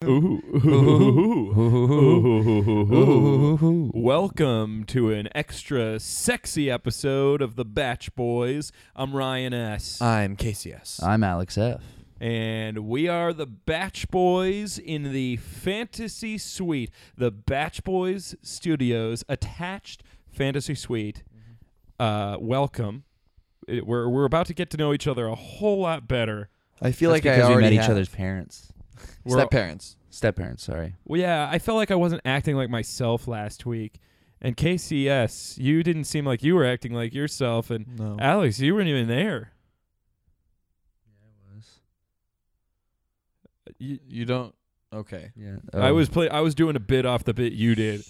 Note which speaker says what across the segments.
Speaker 1: Welcome to an extra sexy episode of the Batch Boys. I'm Ryan S.
Speaker 2: I'm KCS.
Speaker 3: I'm Alex F.
Speaker 1: and we are the Batch Boys in the Fantasy Suite, the Batch Boys Studios attached Fantasy Suite. Uh, welcome. It- we're, we're about to get to know each other a whole lot better.
Speaker 2: I feel
Speaker 3: That's
Speaker 2: like I
Speaker 3: because
Speaker 2: already
Speaker 3: we met each
Speaker 2: have.
Speaker 3: other's parents,
Speaker 1: We're-
Speaker 2: Step parents.
Speaker 3: step parents. Sorry.
Speaker 1: Well, yeah, I felt like I wasn't acting like myself last week. And KCS, you didn't seem like you were acting like yourself. And
Speaker 2: No.
Speaker 1: Alex, you weren't even there. You,
Speaker 2: You don't. Okay.
Speaker 3: Yeah.
Speaker 1: I was play. I was doing a bit off the bit you did.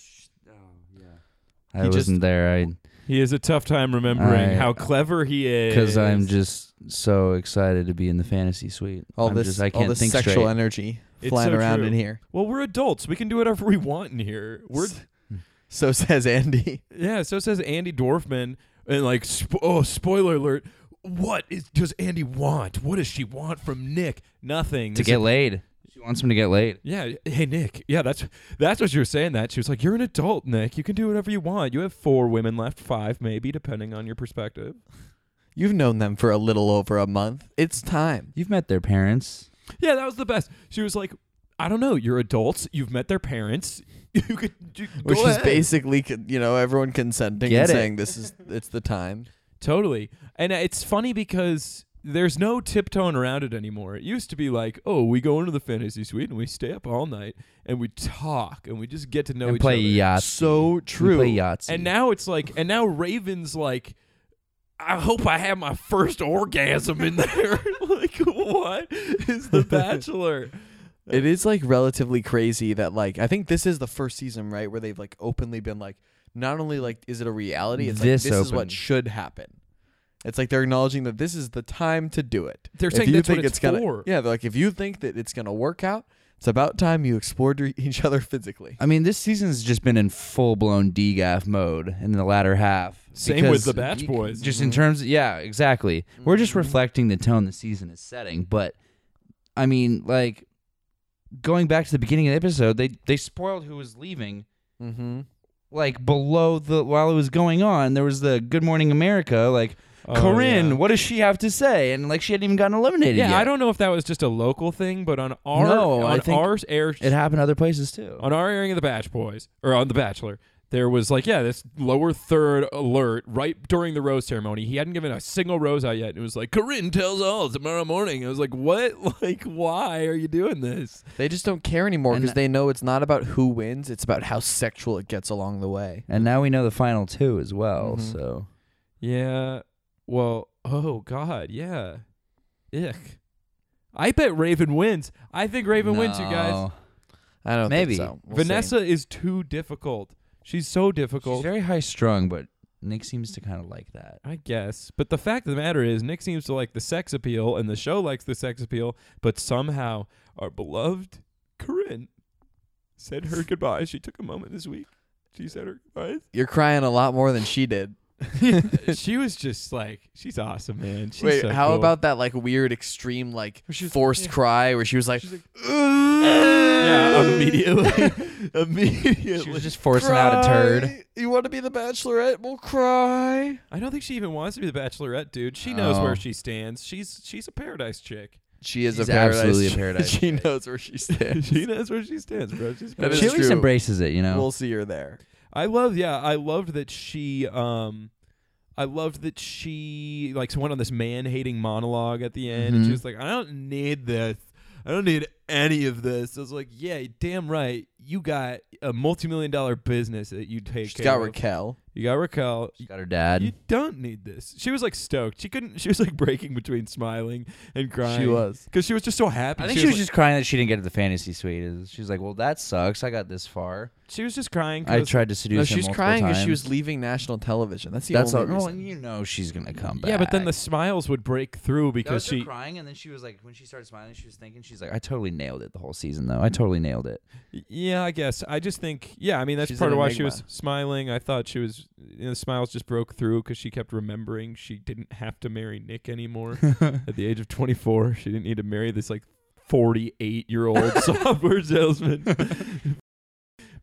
Speaker 3: I
Speaker 2: He just-
Speaker 3: wasn't there. I
Speaker 1: He has a tough time remembering
Speaker 3: I-
Speaker 1: how clever he is.
Speaker 3: because I'm just so excited to be in the fantasy suite.
Speaker 2: All
Speaker 3: I'm
Speaker 2: this.
Speaker 3: just, I can't
Speaker 2: all this
Speaker 3: think
Speaker 2: sexual
Speaker 3: straight.
Speaker 2: energy
Speaker 1: It's
Speaker 2: flying
Speaker 1: so
Speaker 2: around
Speaker 1: true.
Speaker 2: in here.
Speaker 1: Well, we're adults. We can do whatever we want in here. We're
Speaker 2: S- So says Andy.
Speaker 1: yeah. So says Andy Dorfman. And like, sp- oh, spoiler alert. What is does Andy want? What does she want from Nick? Nothing.
Speaker 3: to
Speaker 1: This
Speaker 3: get laid. She wants him to get laid.
Speaker 1: Yeah. Hey, Nick. Yeah, that's that's what you were saying. That she was like, "You're an adult, Nick. You can do whatever you want. You have four women left, five maybe, depending on your perspective."
Speaker 2: You've known them for a little over a month. It's time.
Speaker 3: You've met their parents.
Speaker 1: Yeah, that was the best. She was like, "I don't know. You're adults. You've met their parents. You could you,
Speaker 2: Which
Speaker 1: go
Speaker 2: is
Speaker 1: ahead."
Speaker 2: basically, con- you know, everyone consenting
Speaker 3: Get
Speaker 2: and
Speaker 3: it.
Speaker 2: saying this is it's the time.
Speaker 1: totally." And it's funny because there's no tiptoeing around it anymore. It used to be like, "Oh, we go into the fantasy suite and we stay up all night and we talk and we just get to know
Speaker 3: and
Speaker 1: each
Speaker 3: play
Speaker 1: other."
Speaker 3: Yahtzee.
Speaker 2: So
Speaker 3: We
Speaker 2: true.
Speaker 3: play Yahtzee.
Speaker 1: And now it's like, and now Raven's like, I hope I have my first orgasm in there. like, what is The Bachelor?
Speaker 2: It is like relatively crazy that like I think this is the first season, right, where they've like openly been like not only like is it a reality, it's
Speaker 3: This
Speaker 2: like this is
Speaker 3: open.
Speaker 2: what should happen. It's like they're acknowledging that this is the time to do it.
Speaker 1: They're
Speaker 2: If
Speaker 1: saying
Speaker 2: you
Speaker 1: that's what
Speaker 2: think
Speaker 1: it's
Speaker 2: gonna,
Speaker 1: for.
Speaker 2: Yeah, they're like if you think that it's gonna work out, it's about time you explored your- each other physically.
Speaker 3: I mean, this season's just been in full blown DGAF mode in the latter half.
Speaker 1: Same with
Speaker 3: because
Speaker 1: the Batch
Speaker 3: you-
Speaker 1: Boys. Mm-hmm.
Speaker 3: Just in terms, yeah, exactly. We're just
Speaker 2: Mhm.
Speaker 3: reflecting the tone the season is setting. But I mean, like going back to the beginning of the episode, they they spoiled who was leaving.
Speaker 2: Mm-hmm.
Speaker 3: Like below the while it was going on, there was the Good Morning America. Like Oh,
Speaker 1: Oh,
Speaker 3: Corinne, what does she have to say? And like she hadn't even gotten eliminated
Speaker 1: Yeah,
Speaker 3: yet.
Speaker 1: I don't know if that was just a local thing, but on our
Speaker 3: No, I
Speaker 1: on
Speaker 3: think
Speaker 1: our air
Speaker 3: It happened other places too.
Speaker 1: on our airing of the Batch Boys or on the Bachelor, there was like, yeah, this lower third alert right during the rose ceremony. He hadn't given a single rose out yet. It was like Corinne tells all tomorrow morning. I was like, what? Like, why are you doing this?
Speaker 2: They just don't care anymore
Speaker 3: And
Speaker 2: because
Speaker 3: that-
Speaker 2: they know it's not about who wins; it's about how sexual it gets along the way.
Speaker 3: And now we know the final two as well.
Speaker 1: Mm-hmm.
Speaker 2: Mhm.
Speaker 3: So
Speaker 1: Yeah. Well, oh god, yeah. Ick. I bet Raven wins. I think Raven wins, you guys.
Speaker 3: No.
Speaker 2: I don't
Speaker 3: Maybe.
Speaker 2: think so. We'll see.
Speaker 1: Vanessa is too difficult. She's so
Speaker 3: She's
Speaker 1: difficult.
Speaker 3: very high strung, but Nick seems to kind of like that.
Speaker 1: I guess. But the fact of the matter is Nick seems to like the sex appeal and the show likes the sex appeal, but somehow our beloved Corinne said her goodbyes. She took a moment this week. She said her goodbyes.
Speaker 2: you're crying a lot more than she did.
Speaker 1: she was just like she's awesome, man. She's
Speaker 2: Wait,
Speaker 1: so
Speaker 2: how
Speaker 1: cool.
Speaker 2: about that like weird extreme like
Speaker 1: She was-
Speaker 2: forced
Speaker 1: yeah.
Speaker 2: cry where she was like,
Speaker 1: Yeah, immediately.
Speaker 2: immediately
Speaker 3: She was just forcing out a turd.
Speaker 2: "Cry. You want to be the Bachelorette? We'll cry.
Speaker 1: I don't think she even wants to be the Bachelorette, dude. She knows
Speaker 3: Oh.
Speaker 1: where she stands. She's she's a paradise chick.
Speaker 2: She is
Speaker 3: She's
Speaker 2: a paradise.
Speaker 3: absolutely a
Speaker 2: chick.
Speaker 3: paradise
Speaker 2: she knows where she stands.
Speaker 1: she knows where she stands, bro. She's
Speaker 2: That
Speaker 3: she
Speaker 2: is
Speaker 3: at least
Speaker 2: true.
Speaker 3: embraces it, you know.
Speaker 2: We'll see her there.
Speaker 1: I love, yeah, I loved that she, um, I loved that she like went on this man hating monologue at the end, and she
Speaker 3: Mhm.
Speaker 1: was like, "I don't need this. I don't need any of this." I was like, "Yeah, damn right. You got a multi million dollar business that you take.
Speaker 2: She's got
Speaker 1: care of.
Speaker 2: Raquel.
Speaker 1: You got Raquel.
Speaker 3: She's got her dad.
Speaker 1: You don't need this. She was like stoked. She couldn't. She was like breaking between smiling and crying.
Speaker 2: She was.
Speaker 1: because she was just so happy.
Speaker 3: I think she was just crying that she didn't get to the fantasy suite. Is- She's like, "Well, that sucks. I got this far.
Speaker 1: like- she was just crying.
Speaker 3: I
Speaker 1: 'cause-
Speaker 3: tried to seduce
Speaker 2: No,
Speaker 3: him
Speaker 2: she's
Speaker 3: multiple
Speaker 2: crying because she
Speaker 3: times."
Speaker 2: was leaving national television. That's the
Speaker 3: That's all.
Speaker 2: only
Speaker 3: Well,
Speaker 2: reason.
Speaker 3: and you know she's gonna come back.
Speaker 1: Yeah, but then the smiles would break through
Speaker 3: That was
Speaker 1: because
Speaker 3: her
Speaker 1: she.
Speaker 3: crying, and then she was like, when she started smiling, she was thinking, she's like, "I totally nailed it the whole season, though. I totally nailed it."
Speaker 1: Yeah, I guess. I just think. Yeah, I mean that's
Speaker 2: She's
Speaker 1: part
Speaker 2: an
Speaker 1: of why she
Speaker 2: enigma.
Speaker 1: was smiling. I thought she was. You know, the smiles just broke through because she kept remembering she didn't have to marry Nick anymore at the age of 24. She didn't need to marry this like 48 year old software salesman.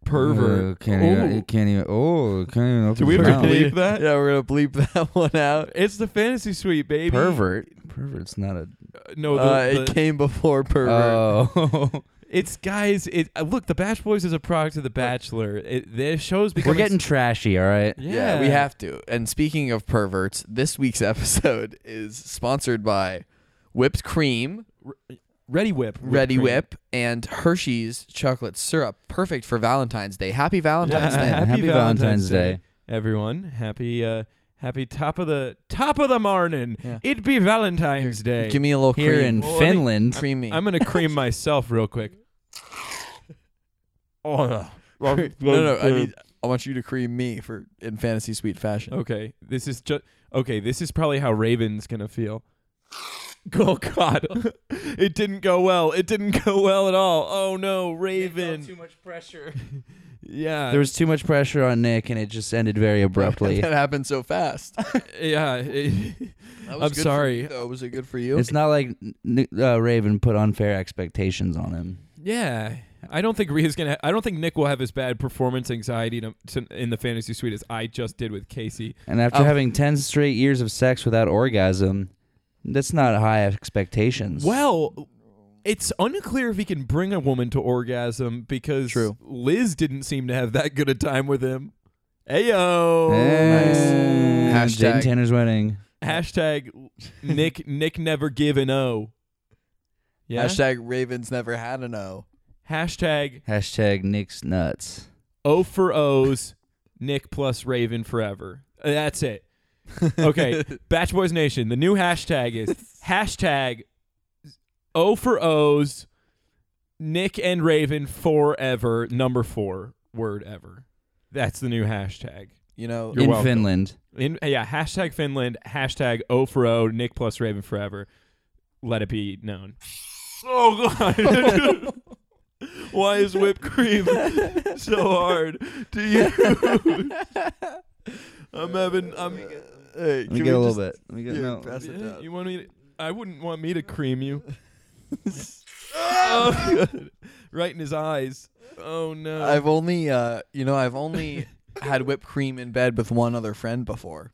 Speaker 1: Pervert.
Speaker 3: Uh, can't even,
Speaker 1: Ooh.
Speaker 3: it can't even. Oh, it can't even. Open
Speaker 1: Do we
Speaker 3: his
Speaker 1: ever
Speaker 3: mouth.
Speaker 1: bleep
Speaker 2: that? Yeah, we're gonna bleep that one out.
Speaker 1: It's the fantasy suite, baby.
Speaker 3: pervert? Pervert's not a.
Speaker 1: Uh, No, the,
Speaker 2: uh,
Speaker 1: the-
Speaker 2: it came before pervert.
Speaker 3: Oh,
Speaker 1: it's guys. It uh, look. The Batch Boys is a product of The Bachelor. It, the show's
Speaker 3: we're
Speaker 1: becoming.
Speaker 3: getting trashy. All right.
Speaker 1: yeah.
Speaker 2: yeah, we have to. And speaking of perverts, this week's episode is sponsored by whipped cream.
Speaker 1: Ready Whip. whipped
Speaker 2: Ready
Speaker 1: cream.
Speaker 2: Whip and Hershey's chocolate syrup, perfect for Valentine's Day. Happy Valentine's
Speaker 1: Yeah.
Speaker 2: Day.
Speaker 1: Happy
Speaker 3: Happy
Speaker 1: Valentine's
Speaker 3: Valentine's
Speaker 1: Day.
Speaker 3: Day.
Speaker 1: Everyone, happy, uh, happy top of the top of the morning.
Speaker 2: Yeah.
Speaker 1: It'd be Valentine's Day.
Speaker 2: Give me a little
Speaker 3: Here
Speaker 2: cream.
Speaker 3: in
Speaker 1: Well, I think-
Speaker 3: Finland.
Speaker 2: creamy.
Speaker 1: I'm gonna cream myself real quick. Oh,
Speaker 2: no, no, I need. I want you to cream me for in fantasy suite fashion.
Speaker 1: Okay, this is just okay. This is probably how Raven's gonna feel. Oh God, it didn't go well. It didn't go well at all. Oh no, Raven.
Speaker 3: much pressure.
Speaker 1: Yeah,
Speaker 3: There was too much pressure on Nick, and it just ended very abruptly.
Speaker 2: that happened so fast. That
Speaker 1: yeah. it-
Speaker 2: was
Speaker 1: I'm
Speaker 2: good for
Speaker 1: sorry.
Speaker 2: you, though. Was it good for you?
Speaker 3: it's not like N- uh, Raven put unfair expectations on him.
Speaker 1: yeah, I don't think Rhea's gonna. I don't think Nick will have as bad performance anxiety to, to, in the fantasy suite as I just did with Casey.
Speaker 3: And after
Speaker 2: Oh.
Speaker 3: having 10 straight years of sex without orgasm, that's not high expectations.
Speaker 1: Well, it's unclear if he can bring a woman to orgasm because
Speaker 2: True.
Speaker 1: Liz didn't seem to have that good a time with him. Ayo.
Speaker 3: And
Speaker 2: nice. Hashtag.
Speaker 3: Jade and Oh, Tanner's wedding.
Speaker 1: Hashtag Nick Nick never give an O. Yeah. Hashtag,
Speaker 2: Hashtag Ravens never had an O.
Speaker 3: Hashtag Nick's nuts.
Speaker 1: O for O's. Nick plus Raven forever. Uh, That's it. Okay. Batch Boys Nation. The new hashtag is hashtag O for O's. Nick and Raven forever. Number four word ever. That's the new hashtag.
Speaker 2: You know,
Speaker 1: You're
Speaker 3: in
Speaker 1: welcome.
Speaker 3: Finland.
Speaker 1: In, yeah. Hashtag Finland. Hashtag O for O. Nick plus Raven forever. Let it be known. Oh God! Why is whipped cream so hard to use? I'm having.
Speaker 2: Oh
Speaker 1: I'm.
Speaker 2: Hey,
Speaker 3: Let me
Speaker 2: can
Speaker 3: get
Speaker 2: we
Speaker 3: a little
Speaker 2: just-
Speaker 3: bit. Let me get,
Speaker 2: Yeah,
Speaker 3: no.
Speaker 2: press it down.
Speaker 1: You want me? To, I wouldn't want me to cream you. Oh, right in his eyes. Oh no!
Speaker 2: I've only, uh, you know, I've only had whipped cream in bed with one other friend before.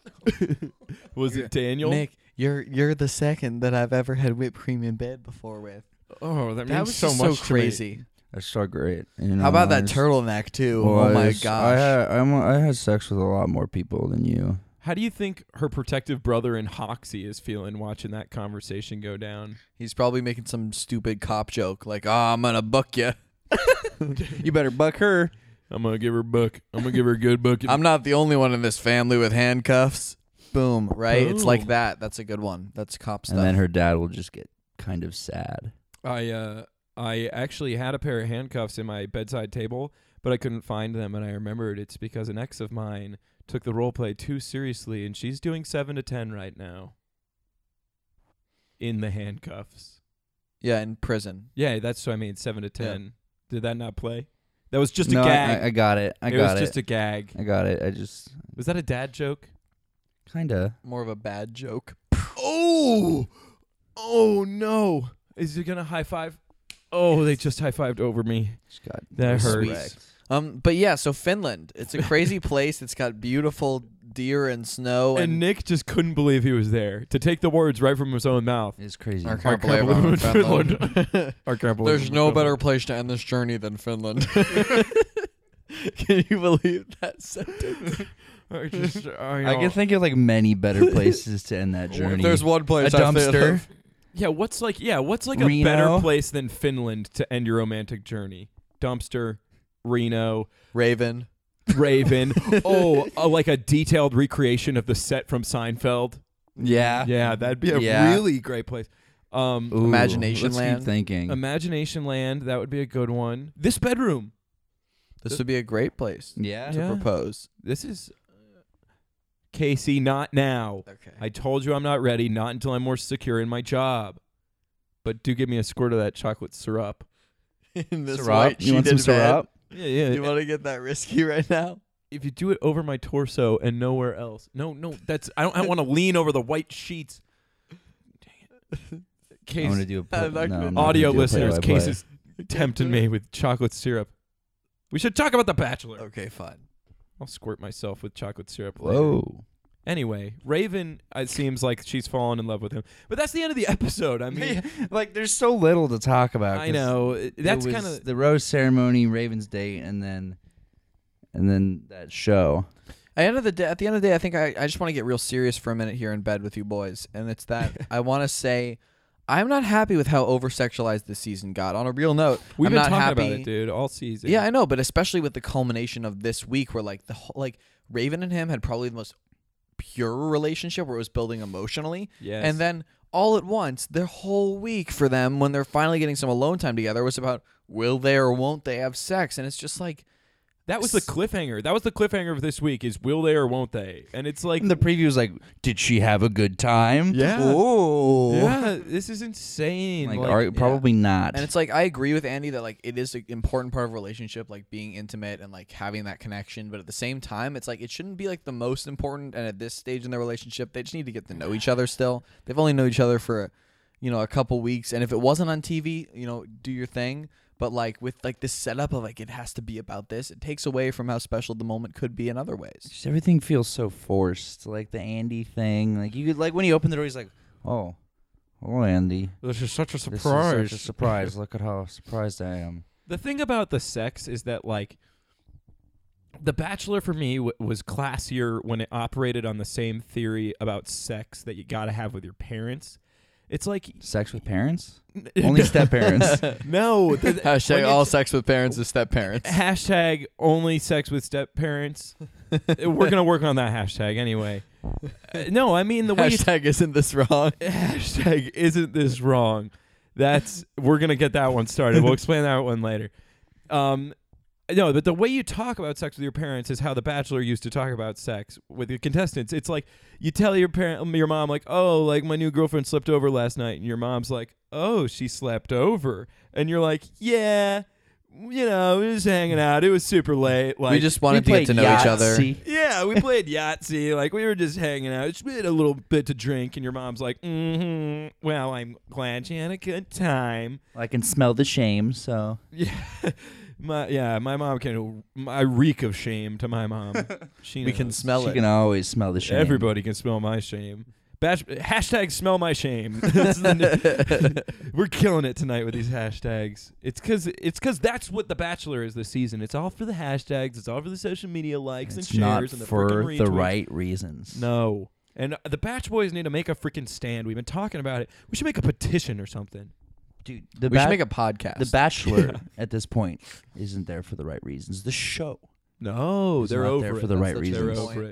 Speaker 1: Was it Daniel?
Speaker 2: Nick, you're you're the second that I've ever had whipped cream in bed before with.
Speaker 1: oh, that means
Speaker 2: That was
Speaker 1: so
Speaker 2: just
Speaker 1: much.
Speaker 2: so
Speaker 1: to me.
Speaker 2: crazy.
Speaker 3: That's so great. You know,
Speaker 2: How about
Speaker 3: I
Speaker 2: that
Speaker 3: just-
Speaker 2: turtleneck too?
Speaker 3: Well,
Speaker 2: Oh,
Speaker 3: I
Speaker 2: my
Speaker 3: just- I
Speaker 2: gosh.
Speaker 3: had, I'm, I had sex with a lot more people than you.
Speaker 1: How do you think her protective brother in Hoxie is feeling watching that conversation go down?
Speaker 2: He's probably making some stupid cop joke like, "Oh, I'm gonna buck you. you better buck her.
Speaker 1: I'm gonna give her a book. I'm gonna give her a good book.
Speaker 2: I'm not the only one in this family with handcuffs." Boom, right? It's like
Speaker 1: Boom.
Speaker 2: that. That's a good one. That's cop stuff.
Speaker 3: And then her dad will just get kind of sad.
Speaker 1: I uh I actually had a pair of handcuffs in my bedside table, but I couldn't find them and I remembered it's because an ex of mine took the role play too seriously and she's doing 7 to 10 right now in the handcuffs.
Speaker 2: yeah, in prison.
Speaker 1: Yeah, that's what I mean, 7 to 10. Did that not play? That was just
Speaker 3: no,
Speaker 1: a
Speaker 3: I-
Speaker 1: gag.
Speaker 3: I, I got it. I
Speaker 1: it
Speaker 3: got
Speaker 1: was
Speaker 3: it.
Speaker 1: just a gag.
Speaker 3: I got it. I just
Speaker 1: Was that a dad joke?
Speaker 3: kinda.
Speaker 2: More of a bad joke.
Speaker 1: Oh. Oh no. Is he going to high five? Oh, they just high fived over me.
Speaker 3: Just got
Speaker 1: That
Speaker 2: hurts.
Speaker 3: wrecked.
Speaker 2: Um, but yeah, so Finland. It's a crazy place. It's got beautiful deer and snow
Speaker 1: And
Speaker 2: and,
Speaker 1: Nick just couldn't believe he was there to take the words right from his own mouth.
Speaker 3: It's crazy.
Speaker 2: I can't
Speaker 1: I
Speaker 2: believe I'm in
Speaker 1: can't believe I'm in
Speaker 2: Finland.
Speaker 1: I can't believe
Speaker 2: There's
Speaker 1: I'm
Speaker 2: no
Speaker 1: in
Speaker 2: better
Speaker 1: Finland.
Speaker 2: place to end this journey than Finland. Can you believe that sentence?
Speaker 1: I just, I,
Speaker 3: I can think of like many better places to end that journey.
Speaker 2: If there's one
Speaker 3: a
Speaker 2: place I think
Speaker 3: dumpster.
Speaker 2: of-
Speaker 1: yeah, what's like? Yeah, what's like a
Speaker 3: Reno?
Speaker 1: better place than Finland to end your romantic journey? Dumpster, Reno,
Speaker 2: Raven.
Speaker 1: Raven. oh, uh, like a detailed recreation of the set from Seinfeld.
Speaker 3: Yeah.
Speaker 1: Yeah, that'd be a
Speaker 3: Yeah.
Speaker 1: really great place. Um,
Speaker 3: Ooh,
Speaker 2: Imagination
Speaker 3: let's
Speaker 2: land.
Speaker 3: Keep thinking.
Speaker 1: Imagination Land. That would be a good one. This bedroom.
Speaker 2: This would be a great place
Speaker 3: yeah.
Speaker 2: to
Speaker 1: Yeah.
Speaker 2: propose.
Speaker 1: This is uh, Casey. Not now.
Speaker 2: Okay.
Speaker 1: I told you I'm not ready, not until I'm more secure in my job. But do give me a squirt of that chocolate syrup.
Speaker 2: in this
Speaker 3: Syrup?
Speaker 2: white
Speaker 3: you want some Uh,
Speaker 2: sheeted bed.
Speaker 3: syrup?
Speaker 1: Yeah, yeah.
Speaker 2: You want to get that risky right now?
Speaker 1: if you do it over my torso and nowhere else. No, no, that's I don't, I want to lean over the white sheets. Dang it.
Speaker 3: I'm gonna
Speaker 1: Case,
Speaker 3: do a
Speaker 2: I
Speaker 3: pl-
Speaker 2: like
Speaker 3: no,
Speaker 2: the-
Speaker 3: I'm not
Speaker 1: audio
Speaker 3: gonna do a
Speaker 1: listeners,
Speaker 3: play-by-play.
Speaker 1: Case is tempting me with chocolate syrup. We should talk about The Bachelor.
Speaker 2: Okay, fine.
Speaker 1: I'll squirt myself with chocolate syrup. later.
Speaker 3: Whoa.
Speaker 1: Anyway, Raven, it seems like she's fallen in love with him. But that's the end of the episode. I mean,
Speaker 3: like there's so little to talk about.
Speaker 1: I
Speaker 3: 'cause
Speaker 1: know. it-
Speaker 3: it
Speaker 1: That's
Speaker 3: was
Speaker 1: kind of.
Speaker 3: the rose ceremony, Ravens date, and then and then that show.
Speaker 2: At the end of the day, at the end of the day, I think I, I just want to get real serious for a minute here in bed with you boys, and it's that I want to say I'm not happy with how over sexualized this season got. On a real note,
Speaker 1: We've
Speaker 2: I'm
Speaker 1: been
Speaker 2: not
Speaker 1: talking
Speaker 2: happy.
Speaker 1: about it, dude, all season.
Speaker 2: Yeah, I know, but especially with the culmination of this week, where like the whole, like Raven and him had probably the most pure relationship where it was building emotionally,
Speaker 1: Yes.
Speaker 2: and then all at once, their whole week for them when they're finally getting some alone time together was about will they or won't they have sex, and it's just like
Speaker 1: That was the
Speaker 2: S-
Speaker 1: cliffhanger. That was the cliffhanger of this week is will they or won't they? And it's like
Speaker 3: And the preview was like, did she have a good time?
Speaker 1: Yeah.
Speaker 3: Ooh.
Speaker 1: Yeah, this is insane.
Speaker 3: Like,
Speaker 1: Like,
Speaker 3: are, probably not.
Speaker 2: And it's like I agree with Andy that like it is an important part of a relationship, like being intimate and like having that connection. But at the same time, it's like it shouldn't be like the most important. And at this stage in their relationship, they just need to get to know each other. Still, they've only known each other for, you know, a couple weeks. And if it wasn't on TV, you know, do your thing. But like with like this setup of like it has to be about this, it takes away from how special the moment could be in other ways.
Speaker 3: Just everything feels so forced. Like the Andy thing. Like you could like when he opened the door, he's like, oh, oh Andy,
Speaker 1: this is such a
Speaker 3: this is
Speaker 1: surprise.
Speaker 3: such a surprise. Look at how surprised I am.
Speaker 1: the thing about the sex is that like the bachelor for me w- was classier when it operated on the same theory about sex that you got to have with your parents. It's like
Speaker 3: Sex with parents? Only step parents.
Speaker 1: no, th- th- when you-
Speaker 2: sex with parents is step parents.
Speaker 1: hashtag only sex with step parents. We're gonna work on that hashtag anyway. Uh, no, I mean the way you
Speaker 2: isn't this wrong?
Speaker 1: hashtag isn't this wrong that's we're gonna get that one started we'll explain that one later um no but the way you talk about sex with your parents is how the bachelor used to talk about sex with the contestants it's like you tell your parent your mom like oh like my new girlfriend slept over last night and your mom's like oh she slept over and you're like yeah you know we we're just hanging out it was super late like
Speaker 2: we just wanted to
Speaker 3: We
Speaker 2: get to know
Speaker 3: played
Speaker 2: each other.
Speaker 3: Yahtzee.
Speaker 1: yeah, we played Yahtzee. Like we were just hanging out. Just we had a little bit to drink, and your mom's like, mm-hmm. "Well, I'm glad you had a good time."
Speaker 3: I can smell the shame, so
Speaker 1: Yeah, my yeah, my mom can. I reek of shame to my mom. She
Speaker 2: We can
Speaker 1: knows.
Speaker 2: smell
Speaker 3: she
Speaker 2: it.
Speaker 3: can always smell the shame.
Speaker 1: Everybody can smell my shame. Bash, hashtag smell my shame. That's the new- We're killing it tonight with these hashtags. It's cause it's cause that's what the Bachelor is this season. It's all for the hashtags. It's all for the social media likes and
Speaker 3: It's
Speaker 1: shares
Speaker 3: not
Speaker 1: and the
Speaker 3: for
Speaker 1: frickin'
Speaker 3: the
Speaker 1: retweets.
Speaker 3: right reasons.
Speaker 1: No. And uh, the Batch Boys need to make a freaking stand. We've been talking about it. We should make a petition or something.
Speaker 3: dude, the,
Speaker 2: we
Speaker 3: ba-
Speaker 2: should make a podcast.
Speaker 3: the Bachelor at this point isn't there for the right reasons. The show,
Speaker 1: No,
Speaker 3: It's
Speaker 1: Oh, they're
Speaker 3: not
Speaker 1: over
Speaker 3: there
Speaker 1: it.
Speaker 3: for the
Speaker 2: That's
Speaker 3: right
Speaker 2: the
Speaker 1: they're
Speaker 2: true
Speaker 3: reasons.
Speaker 1: over
Speaker 2: point.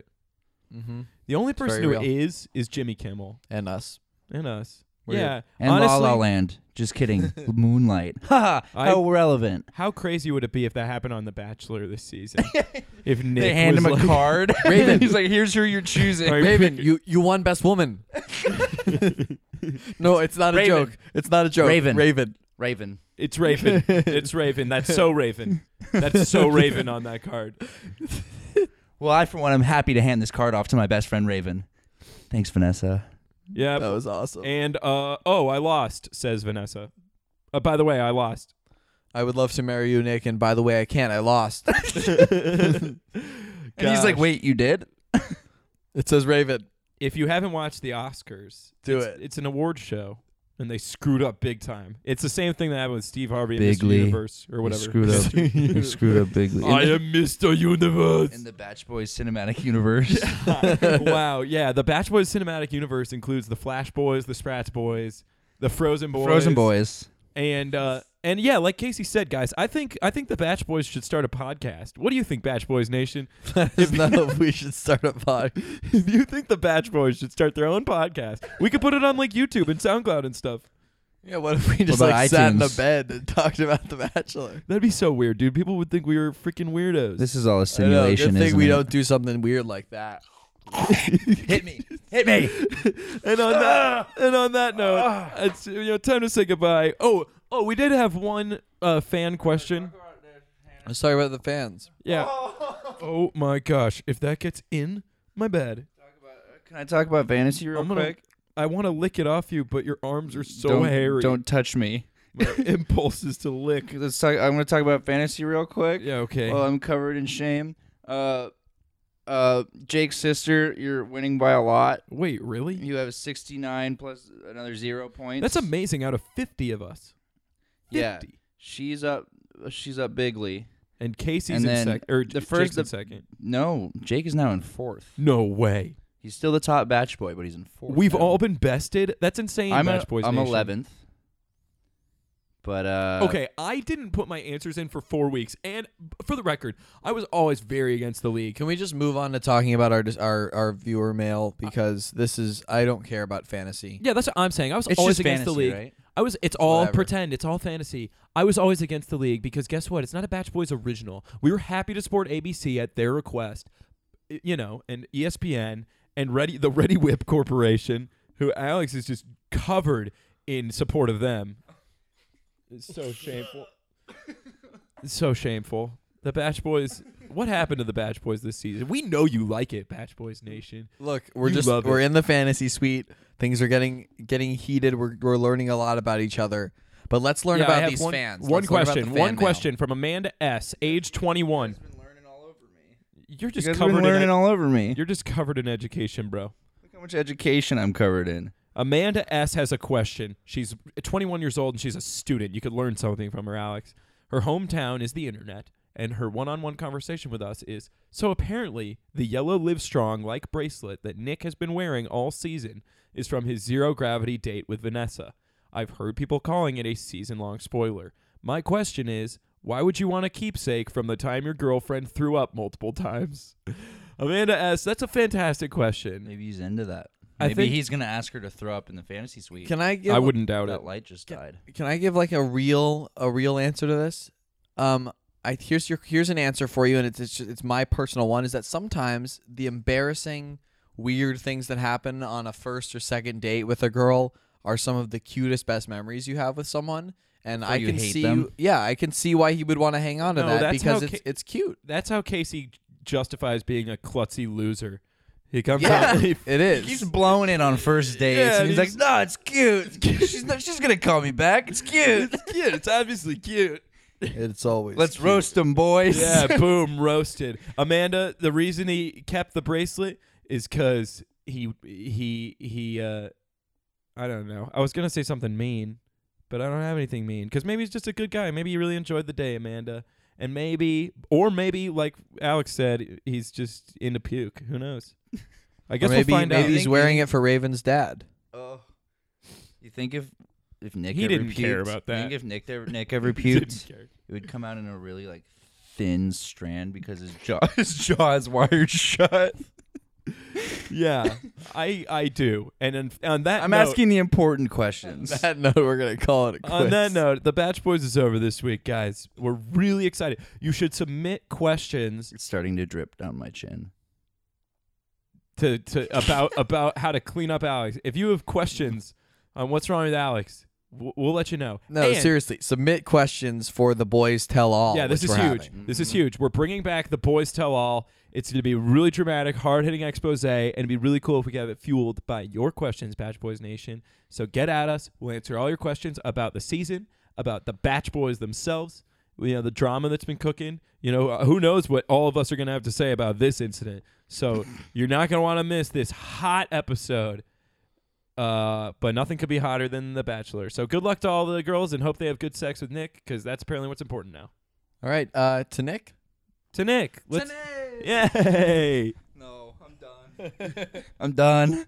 Speaker 1: it.
Speaker 2: mm-hmm.
Speaker 1: The only person
Speaker 2: very
Speaker 1: who
Speaker 2: real.
Speaker 1: is is Jimmy Kimmel
Speaker 2: and us.
Speaker 1: and us.
Speaker 2: We're-
Speaker 1: yeah.
Speaker 3: And
Speaker 1: Honestly,
Speaker 3: La La Land. Just kidding. Moonlight. Ha! ha,
Speaker 1: I-
Speaker 3: How relevant.
Speaker 1: how crazy would it be if that happened on The Bachelor this season? if Nick
Speaker 3: they hand
Speaker 1: was
Speaker 3: him a
Speaker 1: like,
Speaker 3: card.
Speaker 2: Raven.
Speaker 3: he's like, "Here's who you're choosing."
Speaker 1: Are you
Speaker 2: Raven,
Speaker 1: picking-
Speaker 2: you, you won best woman. no, it's not a
Speaker 3: Raven.
Speaker 2: joke. It's not a joke.
Speaker 3: Raven.
Speaker 2: Raven.
Speaker 3: Raven.
Speaker 1: It's Raven. it's Raven. That's so Raven. That's so Raven on that card.
Speaker 3: Well, I for one, am happy to hand this card off to my best friend Raven. Thanks, Vanessa.
Speaker 1: Yeah.
Speaker 2: That was awesome.
Speaker 1: And uh oh, I lost, says Vanessa. Uh, by the way, I lost.
Speaker 2: I would love to marry you, Nick. And by the way, I can't. I lost.
Speaker 3: And he's like, "Wait, you did?"
Speaker 2: it says Raven.
Speaker 1: if you haven't watched the Oscars,
Speaker 2: Do
Speaker 1: it's,
Speaker 2: it.
Speaker 1: It's an award show, and they screwed up big time. It's the same thing that happened with Steve Harvey and Mr.
Speaker 3: Bigly.
Speaker 1: Universe or whatever.
Speaker 3: screwed up. You screwed up bigly.
Speaker 1: I am Mr. Universe.
Speaker 3: in the Batch Boys cinematic universe.
Speaker 1: wow, yeah. The Batch Boys cinematic universe includes the Flash Boys, the Sprats Boys, the Frozen Boys,
Speaker 3: Frozen Boys.
Speaker 1: and uh, and yeah, like Casey said, guys, I think I think the Batch Boys should start a podcast. What do you think, Batch Boys Nation?
Speaker 2: no, we should start a pod.
Speaker 1: if you think the Batch Boys should start their own podcast, we could put it on like YouTube and SoundCloud and stuff.
Speaker 2: Yeah, what if we just
Speaker 3: about
Speaker 2: like sat in a
Speaker 3: iTunes?
Speaker 2: bed and talked about The Bachelor?
Speaker 1: That'd be so weird, dude. People would think we were freaking weirdos.
Speaker 3: This is all
Speaker 2: I
Speaker 3: a
Speaker 2: know,
Speaker 3: simulation.
Speaker 2: Good thing
Speaker 3: isn't
Speaker 2: we
Speaker 3: it?
Speaker 2: don't do something weird like that.
Speaker 3: hit me, hit me.
Speaker 1: and on that, and on that note, it's you know time to say goodbye. Oh, oh, we did have one uh, fan question.
Speaker 2: I'm sorry about the fans.
Speaker 1: Yeah. Oh my gosh, if that gets in my bed,
Speaker 3: Can I talk about fantasy real
Speaker 1: I'm gonna.
Speaker 3: quick?
Speaker 1: I I want to lick it off you, but your arms are so
Speaker 3: don't,
Speaker 1: hairy.
Speaker 3: Don't touch me.
Speaker 1: My impulse is to lick.
Speaker 3: Let's talk. I'm going to talk about fantasy real quick.
Speaker 1: Yeah, okay.
Speaker 3: Well, I'm covered in shame. Uh, uh, Jake's sister, you're winning by a lot.
Speaker 1: Wait, really?
Speaker 3: You have 69 plus another zero points.
Speaker 1: That's amazing. Out of fifty of us,
Speaker 3: Yeah,
Speaker 1: 50.
Speaker 3: she's up. She's up bigly.
Speaker 1: and Casey's
Speaker 3: And
Speaker 1: in
Speaker 3: then
Speaker 1: second. Or
Speaker 3: the
Speaker 1: J-
Speaker 3: first-
Speaker 1: Jake's
Speaker 3: the-
Speaker 1: in second.
Speaker 3: No, Jake is now in fourth.
Speaker 1: No way.
Speaker 3: He's still the top batch boy, but he's in fourth.
Speaker 1: We've
Speaker 3: now.
Speaker 1: all been bested. That's insane.
Speaker 3: I'm a-
Speaker 1: Match Boys
Speaker 3: I'm
Speaker 1: Nation.
Speaker 3: 11th. But uh,
Speaker 1: Okay, I didn't put my answers in for four weeks, and for the record, I was always very against the league.
Speaker 2: Can we just move on to talking about our dis- our our viewer mail because this is I don't care about fantasy.
Speaker 1: Yeah, that's what I'm saying. I was
Speaker 3: It's
Speaker 1: always
Speaker 3: just
Speaker 1: against the
Speaker 3: fantasy,
Speaker 1: league.
Speaker 3: right?
Speaker 1: I was. It's all
Speaker 2: whatever.
Speaker 1: pretend. It's all fantasy. I was always against the league because guess what? It's not a Batch Boys original. We were happy to support ABC at their request, y- you know, and E ESPN and Ready the Ready Whip Corporation, who Alex is just covered in support of them. It's so shameful. It's so shameful. The Batch Boys. What happened to the Batch Boys this season? We know you like it, Batch Boys Nation.
Speaker 2: Look, we're
Speaker 1: You
Speaker 2: just
Speaker 1: love
Speaker 2: we're
Speaker 1: it.
Speaker 2: in the fantasy suite. Things are getting getting heated. We're we're learning a lot about each other. But let's learn
Speaker 1: Yeah, I
Speaker 2: about
Speaker 1: have
Speaker 2: these
Speaker 1: one,
Speaker 2: fans.
Speaker 1: One
Speaker 2: Let's learn about the
Speaker 1: question.
Speaker 2: fan
Speaker 1: one
Speaker 2: mail.
Speaker 1: question from Amanda S, age 21.
Speaker 3: Been learning all over me.
Speaker 1: You're
Speaker 3: You
Speaker 1: just
Speaker 3: guys have
Speaker 1: covered
Speaker 3: been
Speaker 1: in
Speaker 3: learning
Speaker 1: ed-
Speaker 3: all over me.
Speaker 1: You're just covered in education, bro.
Speaker 3: Look how much education I'm covered in.
Speaker 1: Amanda S has a question. She's 21 years old and she's a student. You could learn something from her, Alex. Her hometown is the internet, and her one-on-one conversation with us is so apparently the yellow Live Strong like bracelet that Nick has been wearing all season is from his zero gravity date with Vanessa. I've heard people calling it a season-long spoiler. My question is, why would you want a keepsake from the time your girlfriend threw up multiple times? Amanda S, that's a fantastic question.
Speaker 3: Maybe he's into that.
Speaker 1: I
Speaker 3: Maybe
Speaker 1: think-
Speaker 3: he's gonna ask her to throw up in the fantasy suite.
Speaker 2: Can I give
Speaker 1: I wouldn't doubt it.
Speaker 3: that light just died.
Speaker 2: Can I give like a real a real answer to this? Um, I here's your here's an answer for you, and it's it's, just, it's my personal one is that sometimes the embarrassing, weird things that happen on a first or second date with a girl are some of the cutest, best memories you have with someone. And I
Speaker 3: you
Speaker 2: can
Speaker 3: hate
Speaker 2: see,
Speaker 3: them?
Speaker 2: yeah, I can see why he would want to hang on to
Speaker 1: No,
Speaker 2: that
Speaker 1: that's
Speaker 2: because
Speaker 1: how
Speaker 2: it's
Speaker 1: ca-
Speaker 2: it's cute.
Speaker 1: That's how Casey justifies being a klutzy loser. He comes
Speaker 2: Yeah,
Speaker 1: out.
Speaker 2: it
Speaker 3: He keeps
Speaker 2: is.
Speaker 3: blowing it on first dates,
Speaker 1: Yeah,
Speaker 3: and he's,
Speaker 1: he's-
Speaker 3: like, "No, it's cute. she's not, she's gonna call me back. It's cute.
Speaker 1: cute. It's obviously cute.
Speaker 2: It's always
Speaker 3: Let's roast them, boys."
Speaker 1: Yeah, boom, roasted. Amanda, the reason he kept the bracelet is because he he he uh I don't know. I was gonna say something mean, but I don't have anything mean. Because maybe he's just a good guy. Maybe he really enjoyed the day, Amanda. And maybe or maybe like Alex said, he's just into puke. Who knows? I guess
Speaker 2: maybe
Speaker 1: we'll find
Speaker 2: maybe
Speaker 1: out.
Speaker 2: he's wearing it for Raven's dad.
Speaker 3: Oh. You think if if Nick
Speaker 1: He
Speaker 3: ever
Speaker 1: didn't care about
Speaker 3: puked- you think
Speaker 1: that.
Speaker 3: if Nick ever, Nick ever
Speaker 1: He didn't
Speaker 3: puked,
Speaker 1: care.
Speaker 3: it would come out in a really like thin strand because his jaw his jaw is wired shut.
Speaker 1: Yeah, I I do. And on, on that,
Speaker 3: I'm
Speaker 1: note,
Speaker 3: asking the important questions.
Speaker 2: that note, we're gonna call it. A
Speaker 1: On that note, the Batch Boys is over this week, guys. We're really excited. You should submit questions
Speaker 3: It's starting to drip down my chin.
Speaker 1: to, to about about how to clean up Alex. If you have questions on what's wrong with Alex, we'll, we'll let you know.
Speaker 2: No,
Speaker 1: And-
Speaker 2: seriously. Submit questions for the boys tell all.
Speaker 1: Yeah, this
Speaker 2: which
Speaker 1: is
Speaker 2: we're
Speaker 1: huge.
Speaker 2: having.
Speaker 1: This is huge. We're bringing back the Boys Tell All. It's going to be a really dramatic, hard hitting expose, and it'd be really cool if we got it fueled by your questions, Batch Boys Nation. So get at us. We'll answer all your questions about the season, about the Batch Boys themselves, you know, the drama that's been cooking. You know, uh, who knows what all of us are going to have to say about this incident. So you're not going to want to miss this hot episode. Uh, but nothing could be hotter than The Bachelor. So good luck to all the girls and hope they have good sex with Nick because that's apparently what's important now
Speaker 2: All right, uh, to Nick.
Speaker 1: to Nick. Let's, Yay!
Speaker 3: No, I'm done. I'm done.